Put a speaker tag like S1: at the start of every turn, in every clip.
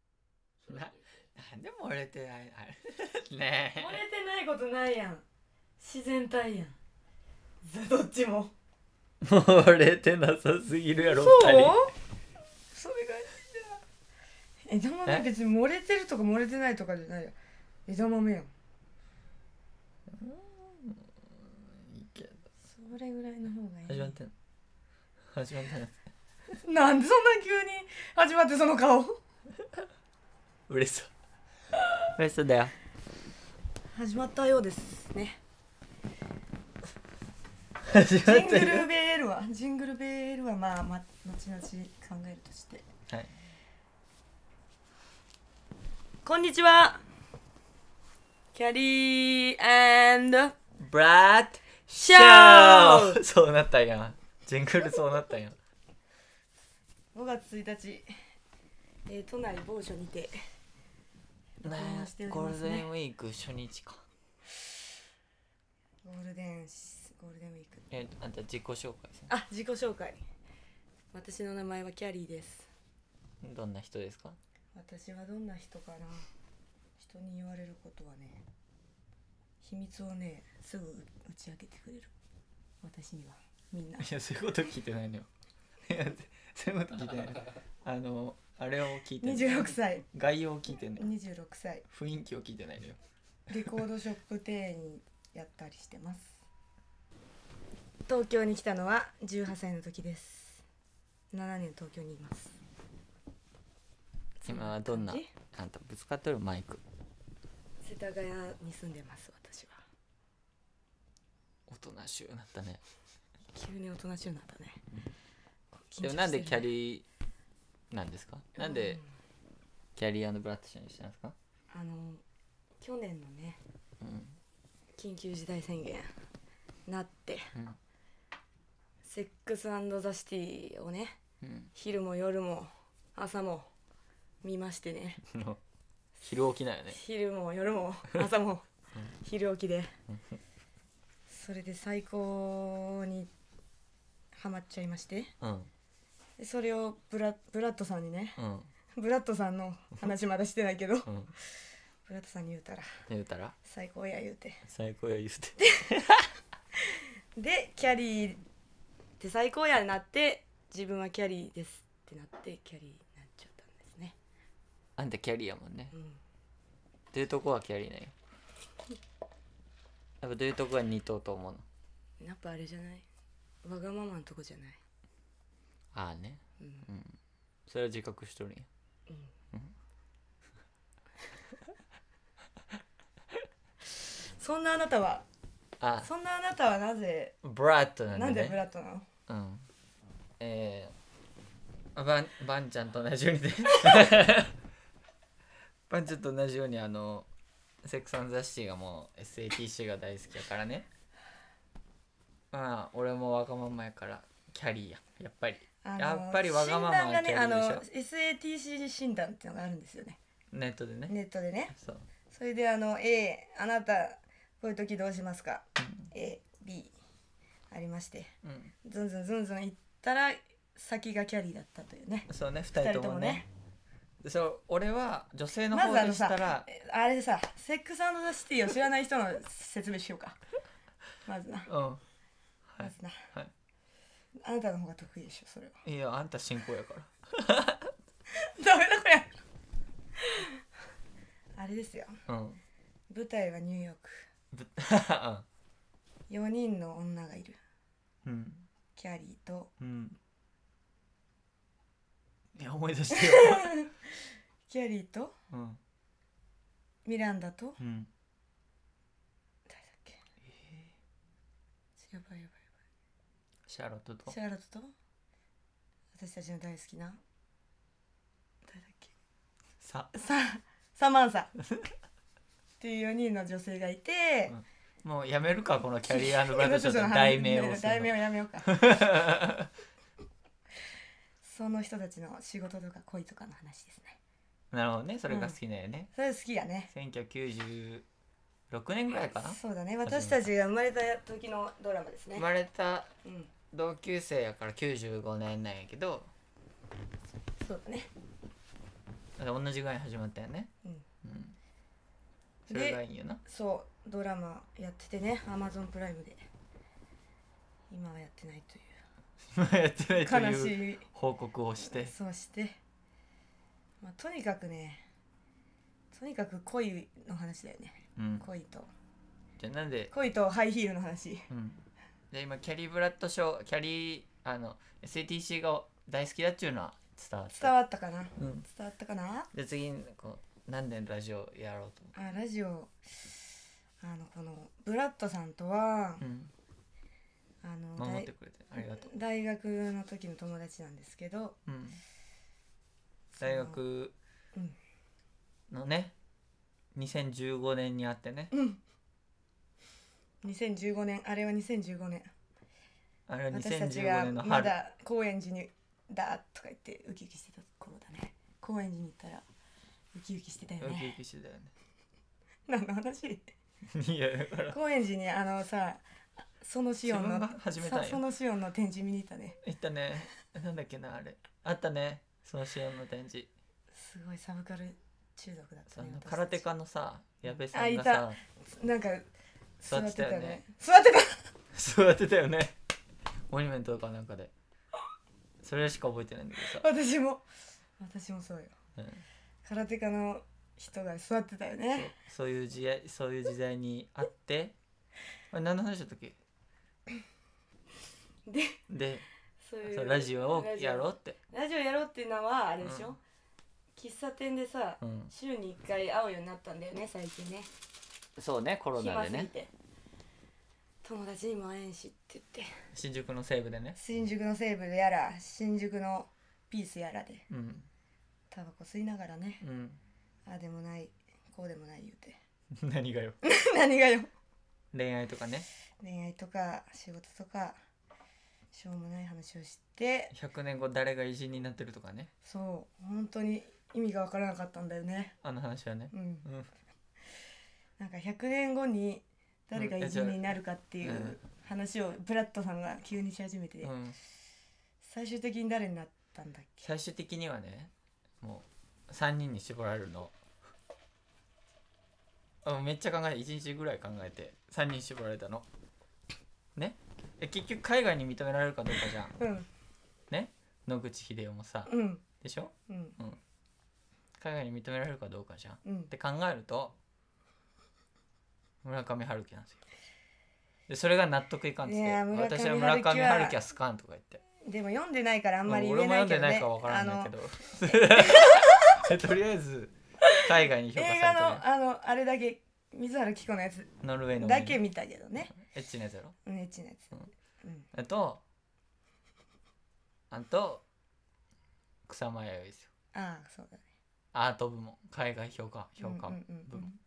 S1: それって
S2: なんで漏れてないあれね
S3: 漏れてないことないやん自然体やんずどっちも
S1: 漏れてなさすぎるやろ
S3: そう
S1: 二人
S3: それが枝豆
S2: え
S3: 別に漏れてるとか漏れてないとかじゃないよ枝豆やん
S2: えいいけど
S3: それぐらいの方がい
S2: 始
S3: い
S2: まってん始まってん
S3: なんでそんな急に始まってその顔
S2: 嬉しそう嬉しそうだよ
S3: 始まったようですね
S2: 始
S3: ジ
S2: ま
S3: ン
S2: っ
S3: グ
S2: て
S3: ル
S2: る
S3: ベールはジングルベールはまあ、ま、後々考えるとして
S2: はい
S3: こんにちはキャリー
S2: ブラッド
S3: シャー
S2: そうなったやんジングルそうなったやん
S3: 5月1日、えー都内某所にて
S2: ね
S3: 録音しており
S2: ゴー
S3: ま
S2: ル
S3: す
S2: デ
S3: ね
S2: ンウィーク初日か
S3: ゴールデンシゴールデンウィーク
S2: えあんた自己紹介さ
S3: あ自己紹介私の名前はキャリーです
S2: どんな人ですか
S3: 私はどんな人かな人に言われることはね秘密をねすぐ打ち明けてくれる私にはみんない
S2: やそういうこと聞いてないのよいやそういうこと聞いてないあのあれを聞いてない
S3: 26歳
S2: 概要を聞いてない
S3: 26歳
S2: 雰囲気を聞いてないのよ
S3: レコードショップ店員やったりしてます東京に来たのは18歳の時です7年東京にいます
S2: 今はどんな
S3: そ感じ
S2: あんたぶつかってるマイク
S3: 世田谷に住んでます私は
S2: 大人しゅうなったね
S3: 急に大人しゅうになったねこう緊
S2: で
S3: 張してる
S2: も
S3: ね
S2: なんでキャリーなんですかなんでキャリーブラッドシュにしたんですか
S3: うんあの去年のね
S2: うん
S3: 緊急事態宣言なって
S2: うん
S3: セックスザシティをね
S2: うん
S3: 昼も夜も朝も見ましてね
S2: あの昼起きないよね
S3: 昼も夜 も朝も昼起きでそれで最高にハマっちゃいまして
S2: うん
S3: でそれをブラブラッドさんにね
S2: うん
S3: ブラッドさんの話まだしてないけど
S2: うん
S3: ブラッドさんに言うたら
S2: 言うたら
S3: 最高や言うて
S2: 最高や言うて
S3: でキャリーって最高やなって自分はキャリーですってなってキャリーになっちゃったんですね、
S2: あんたキャリーやもんね
S3: うん、
S2: どういうとこはキャリーなんよやっぱどういうとこが二等と思うの
S3: やっぱあれじゃないわがままのとこじゃない、
S2: ああね
S3: うん
S2: それは自覚しとるんや
S3: そんなあなたは
S2: あ
S3: そんなあなたはなぜ
S2: ブラッドなん
S3: なん
S2: で
S3: で
S2: ね
S3: ブラッドなの
S2: うんえー、ばんばんちゃんと同じように でばんちゃんと同じようにあのセックス・アンド・ザ・シティがもう SATC が大好きやからねまあ俺もわがままやからキャリーややっぱり
S3: あの
S2: やっぱりわがまま
S3: 診断がね
S2: は
S3: あ
S2: キャリーでしょ
S3: の SATC 診断っていうのがあるんですよね
S2: ネットでね
S3: ネットでね
S2: そう
S3: それであの A あなたこういう時どうしますか AB ありまして
S2: うん
S3: ずんずんずんずん行ったら先がキャリーだったというね
S2: そうね2人ともねでそう俺は女性の
S3: ま
S2: 方
S3: ずあ
S2: で
S3: の
S2: した
S3: さ
S2: ら、
S3: えあれさセックスザシティを知らない人の説明しようか まずな、
S2: うんは
S3: ま
S2: い
S3: ずな
S2: はい
S3: あなたの方が得意でしょそれは
S2: いやあんた進行やから
S3: ダメだこれあれですよ
S2: うん、
S3: 舞台はニューヨーク
S2: ぶ
S3: 4人の女がいる
S2: うん
S3: キャリーと
S2: うん。いや、思い出 してよ。
S3: キャリーと
S2: うん。
S3: ミランダと
S2: うん。
S3: 誰だっけやばいやばい
S2: シャーロットと
S3: シ。ャーロットと私たちの大好きな誰だっけ
S2: さ、
S3: さサマンサっていう4人の女性がいて、
S2: うんもうやめるか、このキャ リアブラッドショ
S3: ちょ
S2: ー
S3: っと
S2: の題名をす
S3: 題
S2: る
S3: 名
S2: の。
S3: をやめようかその人たちの仕事とか恋とかの話ですね
S2: なるほどね、それが好きだよね。
S3: それ好きやね
S2: 1996年ぐらいかな。
S3: そうだね私たちが生まれた時のドラマですね
S2: 生、まれた
S3: うん
S2: 同級生やから95年なんやけど、
S3: そうだね
S2: だから同じぐらいに始まったよね
S3: うん、
S2: うんそれがいいよな
S3: そうドラマやっててねアマゾンプライムで今はやってないとい
S2: 今やってないうと
S3: 悲
S2: いう
S3: しい
S2: 報告をして
S3: そうして、まあ、とにかくねとにかく恋の話だよね
S2: うん
S3: 恋と
S2: じゃあなんで
S3: 恋とハイヒールの話
S2: うんで今キャリー・ブラッドショーキャリーあの SATC が大好きだっちゅうのは伝わった
S3: 伝わったかな
S2: うん、
S3: 伝わったかな
S2: で次にこう何年ラジオやろうと
S3: あラジオあのこのブラッドさんとは、
S2: 思う、
S3: あの
S2: うん、守
S3: 大
S2: ってくれてありがとう、
S3: 大学の時の友達なんですけど
S2: うん、大
S3: その
S2: 学
S3: うん
S2: のね2015年にあってね
S3: うん2015年あれは2015年
S2: あれは
S3: 私たち
S2: 2015
S3: が
S2: 年の
S3: ま
S2: 春
S3: だ高円寺に「だ」とか言ってウキウキしてた頃だね高円寺に行ったらウキウキしてたよ
S2: ウキウ
S3: ね
S2: キしてたよね
S3: 何の話
S2: いやだから
S3: 高円寺にあのさそのシオン
S2: 自分
S3: の
S2: が始めたん
S3: さ
S2: や
S3: そのシオンの展示見に行ったね
S2: 行ったねなんだっけなあれあったねその CM の展示
S3: すごいサブカル中毒だっ
S2: そ
S3: た
S2: の
S3: ね私たち
S2: 空手家のさ矢部さ
S3: あ
S2: ん
S3: い
S2: が
S3: た
S2: さ
S3: なんか座
S2: 座っ
S3: ってて
S2: た
S3: た
S2: よね
S3: ね座ってた
S2: 座ってたよね モニュメントとかなんかでそれしか覚えてないんだけどさ、
S3: 私も私もそうよ
S2: うん
S3: 空手家の人が座ってた
S2: そ
S3: よ
S2: う
S3: ね
S2: そういう時代そういう時代にあってあれ何の話だったっけ
S3: で
S2: で
S3: そうい
S2: そう
S3: う
S2: ラジオをやろうって
S3: ラジオやろうっていうのはあれでしょ、
S2: うん
S3: 喫茶店でさ、
S2: うん
S3: 週に1回会うようになったんだよね最近ね
S2: そうねコロナ
S3: 暇
S2: です
S3: ぎ
S2: ね
S3: て友達にも会えんしって言って
S2: 新宿の西部でね
S3: 新宿の西部やら新宿のピースやらで
S2: うん
S3: タバコ吸いながらね
S2: うん
S3: ああでもないこうでもない言うて
S2: 何がよ
S3: 何がよ
S2: 恋愛とかね
S3: 恋愛とか仕事とかしょうもない話をして
S2: 100年後誰が偉人になってるとかね
S3: そう本当に意味が分からなかったんだよね
S2: あの話はね
S3: うん
S2: うん
S3: なんか100年後に誰が偉人になるかってい
S2: うんうん
S3: う話をブラッドさんが急にし始めて、
S2: うん、
S3: 最終的に誰になったんだっけ
S2: 最終的にはねもう3人に絞られるのあめっちゃ考えて1日ぐらい考えて3人絞られたのねえ結局海外に認められるかどうかじゃん
S3: うん
S2: ね野口英世もさ
S3: うん
S2: でしょ
S3: うん
S2: 海外に認められるかどうかじゃんっ
S3: うん
S2: て考えると村上春樹なんですよでそれが納得いかんっつって
S3: いや村上
S2: 私は村上
S3: 春樹は
S2: 春樹は好かんとか言って
S3: でも読んでないからあんまり言
S2: 俺
S3: え
S2: も
S3: な
S2: 読
S3: い
S2: んで
S3: けど
S2: ない
S3: ね
S2: かわから
S3: あ
S2: ないけ
S3: の
S2: ど とりあえず海外に評価されて
S3: 映画
S2: る
S3: のあのあれだけ水原希子のやつ
S2: ノルウェーの
S3: だけ見たけどね
S2: エッチなやつやろ
S3: うんエッチなやつうん
S2: あとあと草間彌生ですよ
S3: ああそうだね
S2: アート部門海外評価評価
S3: う
S2: 部門、
S3: んうんうんうん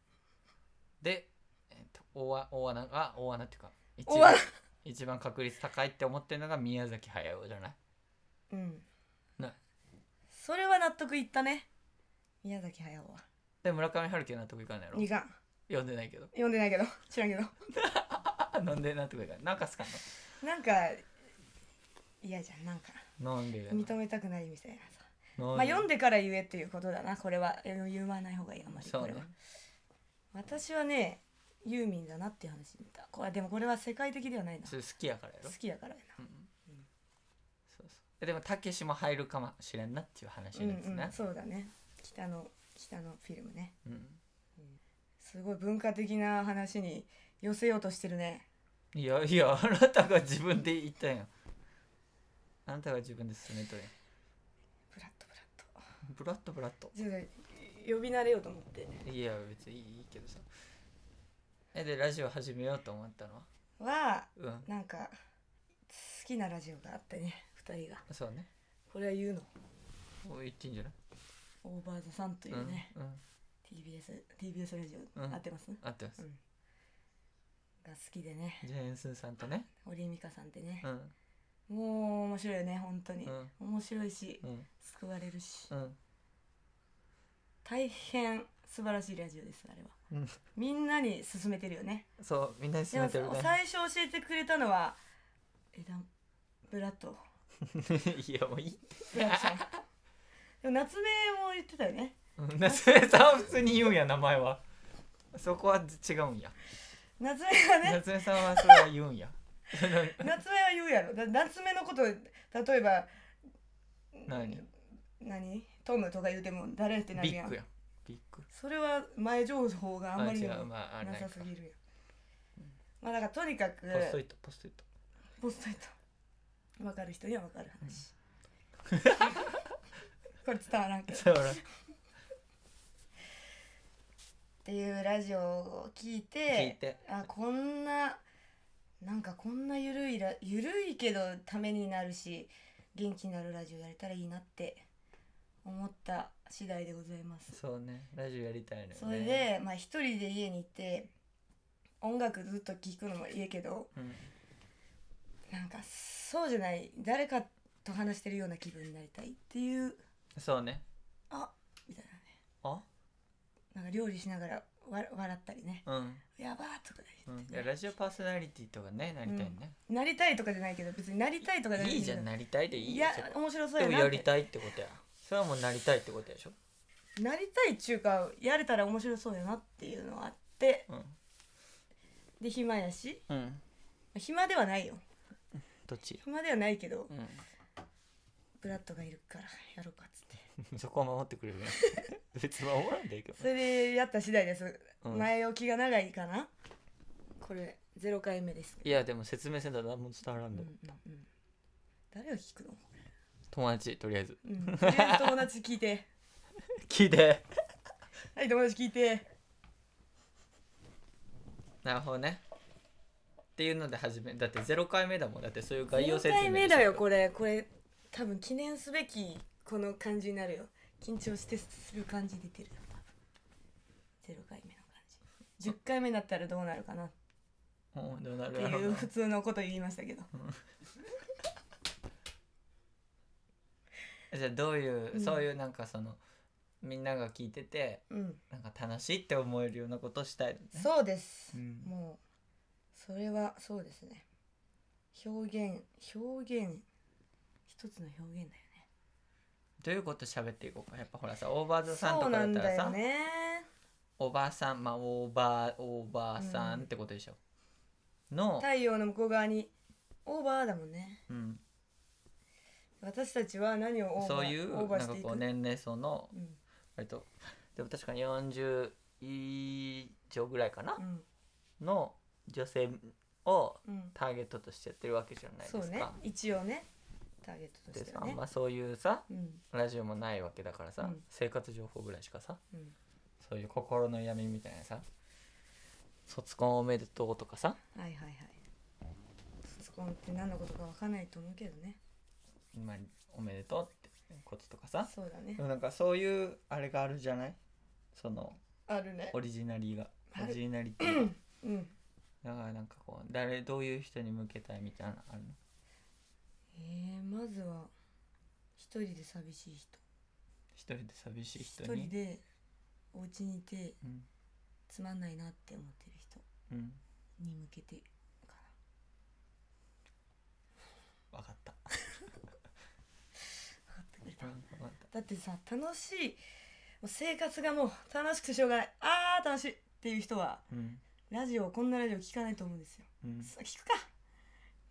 S2: で、えっと大わ大穴が大穴っていうか一
S3: 大
S2: 番
S3: 穴
S2: 一番確率高いって思ってるのが宮崎駿じゃない
S3: うん
S2: な
S3: それは納得いったね宮崎駿は
S2: で村上春樹は納得いかないやろ
S3: 二巻
S2: 読んでないけど
S3: 読んでないけど知らんけど
S2: なんで納得いかないなんかすかん
S3: なんか嫌じゃんなんか
S2: のなんで
S3: 認めたくないみたいなさ、
S2: ま
S3: まあ読んでから言えっていうことだなこれはえ言わない方がいいあんまりこ
S2: そう
S3: れは、
S2: ね
S3: 私はねユーミンだなっていう話にたこれでもこれは世界的ではないな
S2: それ好きやからやろ
S3: 好きやからや
S2: うんそうそうえでもたけしも入るかもしれんなっていう話
S3: な、
S2: なんです
S3: うんう
S2: ね
S3: ん、、そうだね北の北のフィルムね
S2: うん
S3: すごい文化的な話に寄せようとしてるね
S2: いやいやあなたが自分で言ったやんあなたが自分で進めとるや
S3: ブラッとブラッと
S2: んブラッとブラッと
S3: ちょっと呼び慣れようと思って
S2: いや別にいいけどさえでラジオ始めようと思ったのは
S3: は
S2: うん
S3: なんか好きなラジオがあってね2人が
S2: そうね
S3: これは言うの
S2: もう言っていいんじゃない
S3: オーバーザさんというね、
S2: うんうん、
S3: TBS, TBS ラジオ、
S2: うん
S3: 合ってます、
S2: 合ってます、
S3: うんが好きでね
S2: ジェーンスーさんとね
S3: 堀井美香さんってね
S2: う、ん
S3: もう面白いよね本当に、
S2: うん
S3: 面白いし、
S2: うん
S3: 救われるし、
S2: うん
S3: 大変素晴らしいラジオですあれは
S2: うん
S3: みんなに勧めてるよね
S2: そうみんなに
S3: で
S2: 進
S3: も
S2: めてるね
S3: 最初教えてくれたのは枝ブラッド
S2: いやもういい
S3: ブラッドさんでも夏目も言ってたよね
S2: うん夏目さんは普通に言うんや名前はそこは違うんや
S3: 夏目はね
S2: 夏目さんはそれは言うん や
S3: 夏目は言うやろだ夏目のこと例えば
S2: 何
S3: 何トムとか言うても誰ってなる
S2: ビ
S3: や
S2: ッ
S3: ん
S2: グやんビッグ
S3: それは前情報があんまりにも
S2: あ違うまああ
S3: な
S2: ない
S3: さ
S2: か
S3: すぎるやんまあだからとにかく
S2: ポストイットポストイット
S3: ポストイット分かる人には分かる話、 これ伝わらんけど
S2: そう やろ
S3: っていうラジオを聞
S2: 聞
S3: い
S2: い
S3: て
S2: て
S3: あこんななんかこんなゆるいらゆるいけどためになるし元気になるラジオやれたらいいなって思った次第でございます
S2: そうねラジオやりたいのよね
S3: それで、まあ、一人で家に行って音楽ずっと聴くのもいいけど
S2: うん
S3: なんかそうじゃない誰かと話してるような気分になりたいっていう
S2: そうね
S3: あみたいなね
S2: あ
S3: なんか料理しながらわ笑ったりね
S2: うん、
S3: やばーとか
S2: う
S3: 言っ
S2: ん、
S3: て
S2: い
S3: ね、
S2: やラジオパーソナリティとかねなりたいね、
S3: なりたいとかじゃないけど別になりたいとかじゃない
S2: いいじゃんなりたいでいい
S3: い
S2: よ
S3: や
S2: そこ
S3: 面白そう
S2: で
S3: や
S2: も
S3: な
S2: や
S3: っ
S2: り
S3: て
S2: たいってことやそれはもうなりたいってことやでしょ
S3: なりたいっちゅうかやれたら面白そうやなっていうのはあって
S2: うん、
S3: で暇やし
S2: うん、
S3: 暇ではないよ
S2: どっち、
S3: 暇ではないけど
S2: う
S3: ブラッドがいるからやろうかっつって
S2: ん、 そこは守ってくれるやん 別に守らんでいいけど
S3: それでやった次第です、
S2: うん
S3: 前置きが長いかなこれ0回目です、
S2: いやでも説明せんと何も伝わらん
S3: うんう
S2: の、
S3: んうん、誰が聞くの、
S2: 友達とりあえず
S3: うん、とりあえず友達聞いて
S2: 聞いて
S3: はい友達聞いて
S2: なるほどねっていうので始めだって0回目だもんだってそういう概要
S3: 0
S2: 説明
S3: 回目だよこ
S2: れ
S3: れこれ多分記念すべきこの感じになるよ緊張してする感じ出てるよ多分0回目の感じ10回目だったらどうなるかなっ
S2: うんどうな
S3: て
S2: るやろ
S3: いうう
S2: な
S3: 普通のこと言いましたけど
S2: じゃあどういう、
S3: うん
S2: そういうなんかそのみんなが聞いてて
S3: うん
S2: なんか楽しいって思えるようなことしたいのね
S3: そうです、
S2: うん
S3: もうそれはそうですね表現表現一つの表現だよね
S2: どういうこと喋っていこうかやっぱほらさオーバーズさんと
S3: そう
S2: かだ
S3: な
S2: っ
S3: ん
S2: たら
S3: だよ
S2: さ、
S3: ね
S2: おばさんまあオーバーオーバーさんってことでしょ、の、
S3: 太陽の向こう側にオーバーだもんね
S2: うん、
S3: 私たちは何をオーバー
S2: そういう
S3: オーバー
S2: な
S3: し
S2: んか
S3: ていく
S2: こう年齢層の
S3: うん
S2: 割とでも確かに40以上ぐらいかな
S3: う、ん
S2: の女性を
S3: うん
S2: ターゲットとしてやってるわけじゃないですか。
S3: そうね一応ねターゲットと
S2: で
S3: して
S2: さ
S3: はね
S2: まあそういうさ
S3: うん
S2: ラジオもないわけだからさ、
S3: うん
S2: 生活情報ぐらいしかさ
S3: うん
S2: そういう心の闇みたいなさ卒婚おめでとうとかさ
S3: はいはいはい卒婚って何のことか分かんないと思うけどね
S2: 今おめでとうってこととかさ
S3: そうだね
S2: でもなんかそういうあれがあるじゃないその
S3: あるね
S2: オリジナリーが
S3: ある
S2: オリジナリティが
S3: うん
S2: だからなんかこう誰どういう人に向けたいみたいなのあるの
S3: えー、まずは一人で寂しい人
S2: 一人で寂しい
S3: 一
S2: 人に
S3: 人でお家にいて
S2: うん
S3: つまんないなって思ってる人
S2: うん
S3: に向けてか
S2: 分かった
S3: な分かってくれた
S2: 分かった
S3: だってさ楽しいもう生活がもう楽しくてしょうがないあー楽しいっていう人は
S2: うん
S3: ラジオこんなラジオ聞かないと思うんですよ
S2: うん
S3: そう聞くか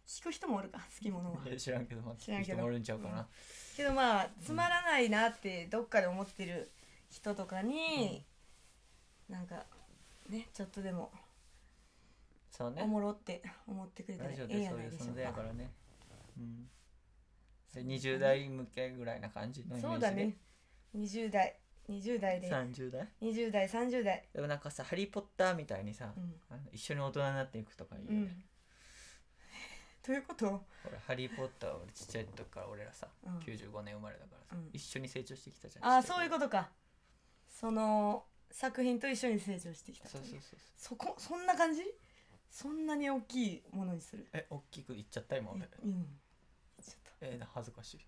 S3: 聞く人もおるか好きものはい
S2: や知らんけど、まあ、
S3: 知らんけど
S2: 人もおるんちゃうかな、
S3: けどまあつまらないなってどっかで思ってる人とかに、なんかねちょっとでも
S2: そうね
S3: おもろって思ってくれたら
S2: ラ
S3: え
S2: ジオ
S3: え
S2: で
S3: や
S2: そう
S3: ないいうでしょ
S2: 存
S3: う
S2: 在やか
S3: から
S2: ねうんで
S3: そうね
S2: 20代向けぐらいな感じのイメー
S3: そ
S2: ジ
S3: う
S2: で
S3: だね20代20代で
S2: 30代
S3: 20代30代
S2: でもなんかさ「ハリー・ポッター」みたいにさ、
S3: うん、
S2: あの一緒に大人になっていくとかいうう、
S3: ん、ということ
S2: ほらハリー・ポッター」は俺ちっちゃい時から俺らさ、
S3: うん
S2: 95年生まれだからさ、
S3: うん
S2: 一緒に成長してきたじゃん
S3: ああそういう
S2: と
S3: ことかその作品と一緒に成長してきた
S2: そ
S3: というう
S2: そうそうそう
S3: そこそんな感じそんなに大きいものにする
S2: え大きく言っちゃった今俺
S3: うん言っちゃった
S2: えーな恥ずかしい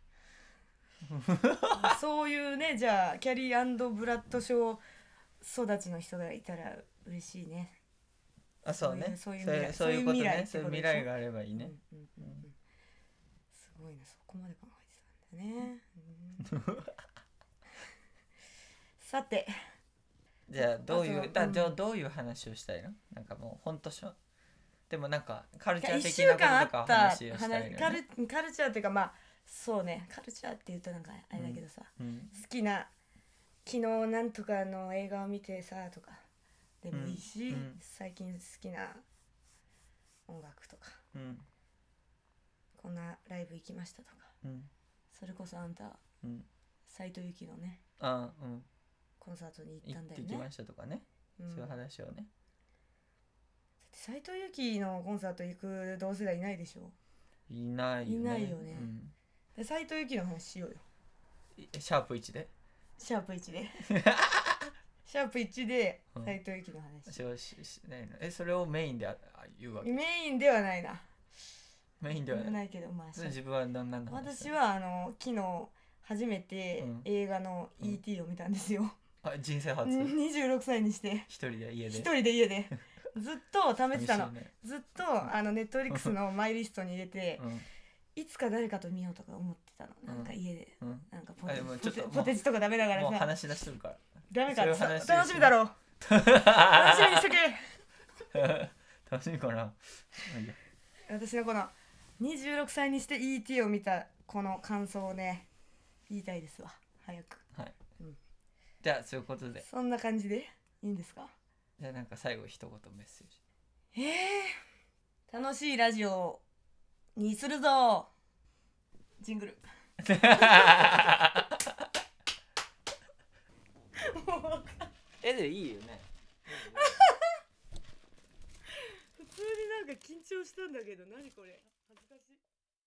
S3: そういうねじゃあキャリーブラッド賞育ちの人がいたら嬉しいね。
S2: あそうね
S3: そういう
S2: そういう
S3: そういう
S2: こと
S3: 未来
S2: ねそういう未来があればいいね、
S3: うんうんうんうんすごいなそこまで考えてたんだね。うん さて
S2: じゃあどうい
S3: あ
S2: う
S3: と
S2: だ
S3: うん
S2: じゃあどういう話をしたいのなんかもうほんとしょでもなんかカルチャー
S3: 1
S2: 的
S3: 週
S2: なこと
S3: 間あっ
S2: とか
S3: た
S2: 話をしたい
S3: 話
S2: の
S3: カ
S2: よ
S3: ル
S2: ね
S3: カルチャーっていうかまあそうねカルチャーって言うとなんかあれだけどさ、
S2: うん
S3: 好きな昨日なんとかの映画を見てさとかでもいいし、
S2: うんうん
S3: 最近好きな音楽とか
S2: うん
S3: こんなライブ行きましたとか
S2: うん
S3: それこそあんた
S2: うん
S3: 斎藤由貴のね
S2: ああうん
S3: コンサートに行っ
S2: 行
S3: た
S2: っ
S3: んだ
S2: て
S3: よ
S2: き
S3: ね
S2: ましたとかね
S3: うん
S2: そういう
S3: だって
S2: 話をね
S3: 斎藤由貴のコンサート行く同世代いないでしょ
S2: いないよね
S3: いないよね
S2: うん
S3: で斎藤由貴の話しようよ
S2: いシャープ1で
S3: シャープ1で シャープ1で
S2: うん
S3: 斎藤由貴の話、
S2: しししないのえそれをメインでああ言うわけ
S3: メインではないな
S2: メインでは
S3: では
S2: ない
S3: ないけどまあ
S2: それ自分は何なんだ
S3: 私はあの昨日初めて
S2: うん
S3: 映画の
S2: うん
S3: ET を見たんですよ、
S2: あ人生 初一
S3: 26歳にして
S2: 人で家で
S3: 一人で 家でずっと貯めてたの
S2: 寂しいね
S3: ずっとあのネットリックスのマイリストに入れて
S2: うん
S3: いつか誰かと見ようとか思ってたのなんか
S2: う
S3: 家で
S2: うん
S3: なんかポテ
S2: あでもちょ
S3: ポ
S2: っと
S3: テ
S2: もう
S3: ポテチとかダメだか
S2: もう
S3: らさ
S2: 話し出してるから
S3: ダメか
S2: そういう
S3: そ
S2: 話ですね
S3: 楽しみだろう楽しみに しとけ
S2: 楽しいかな。まあいいや
S3: 私のこの26歳にして ET を見たこの感想をね言いたいですわ早く
S2: はい
S3: うん。
S2: じゃあそういうことで、
S3: そんな感じでいいんですか
S2: じゃあなんか最後一言メッセージ。
S3: えー、楽しいラジオにするぞジン グル
S2: えでいいよね。
S3: 普通になんか緊張したんだけど何これ恥ずかしい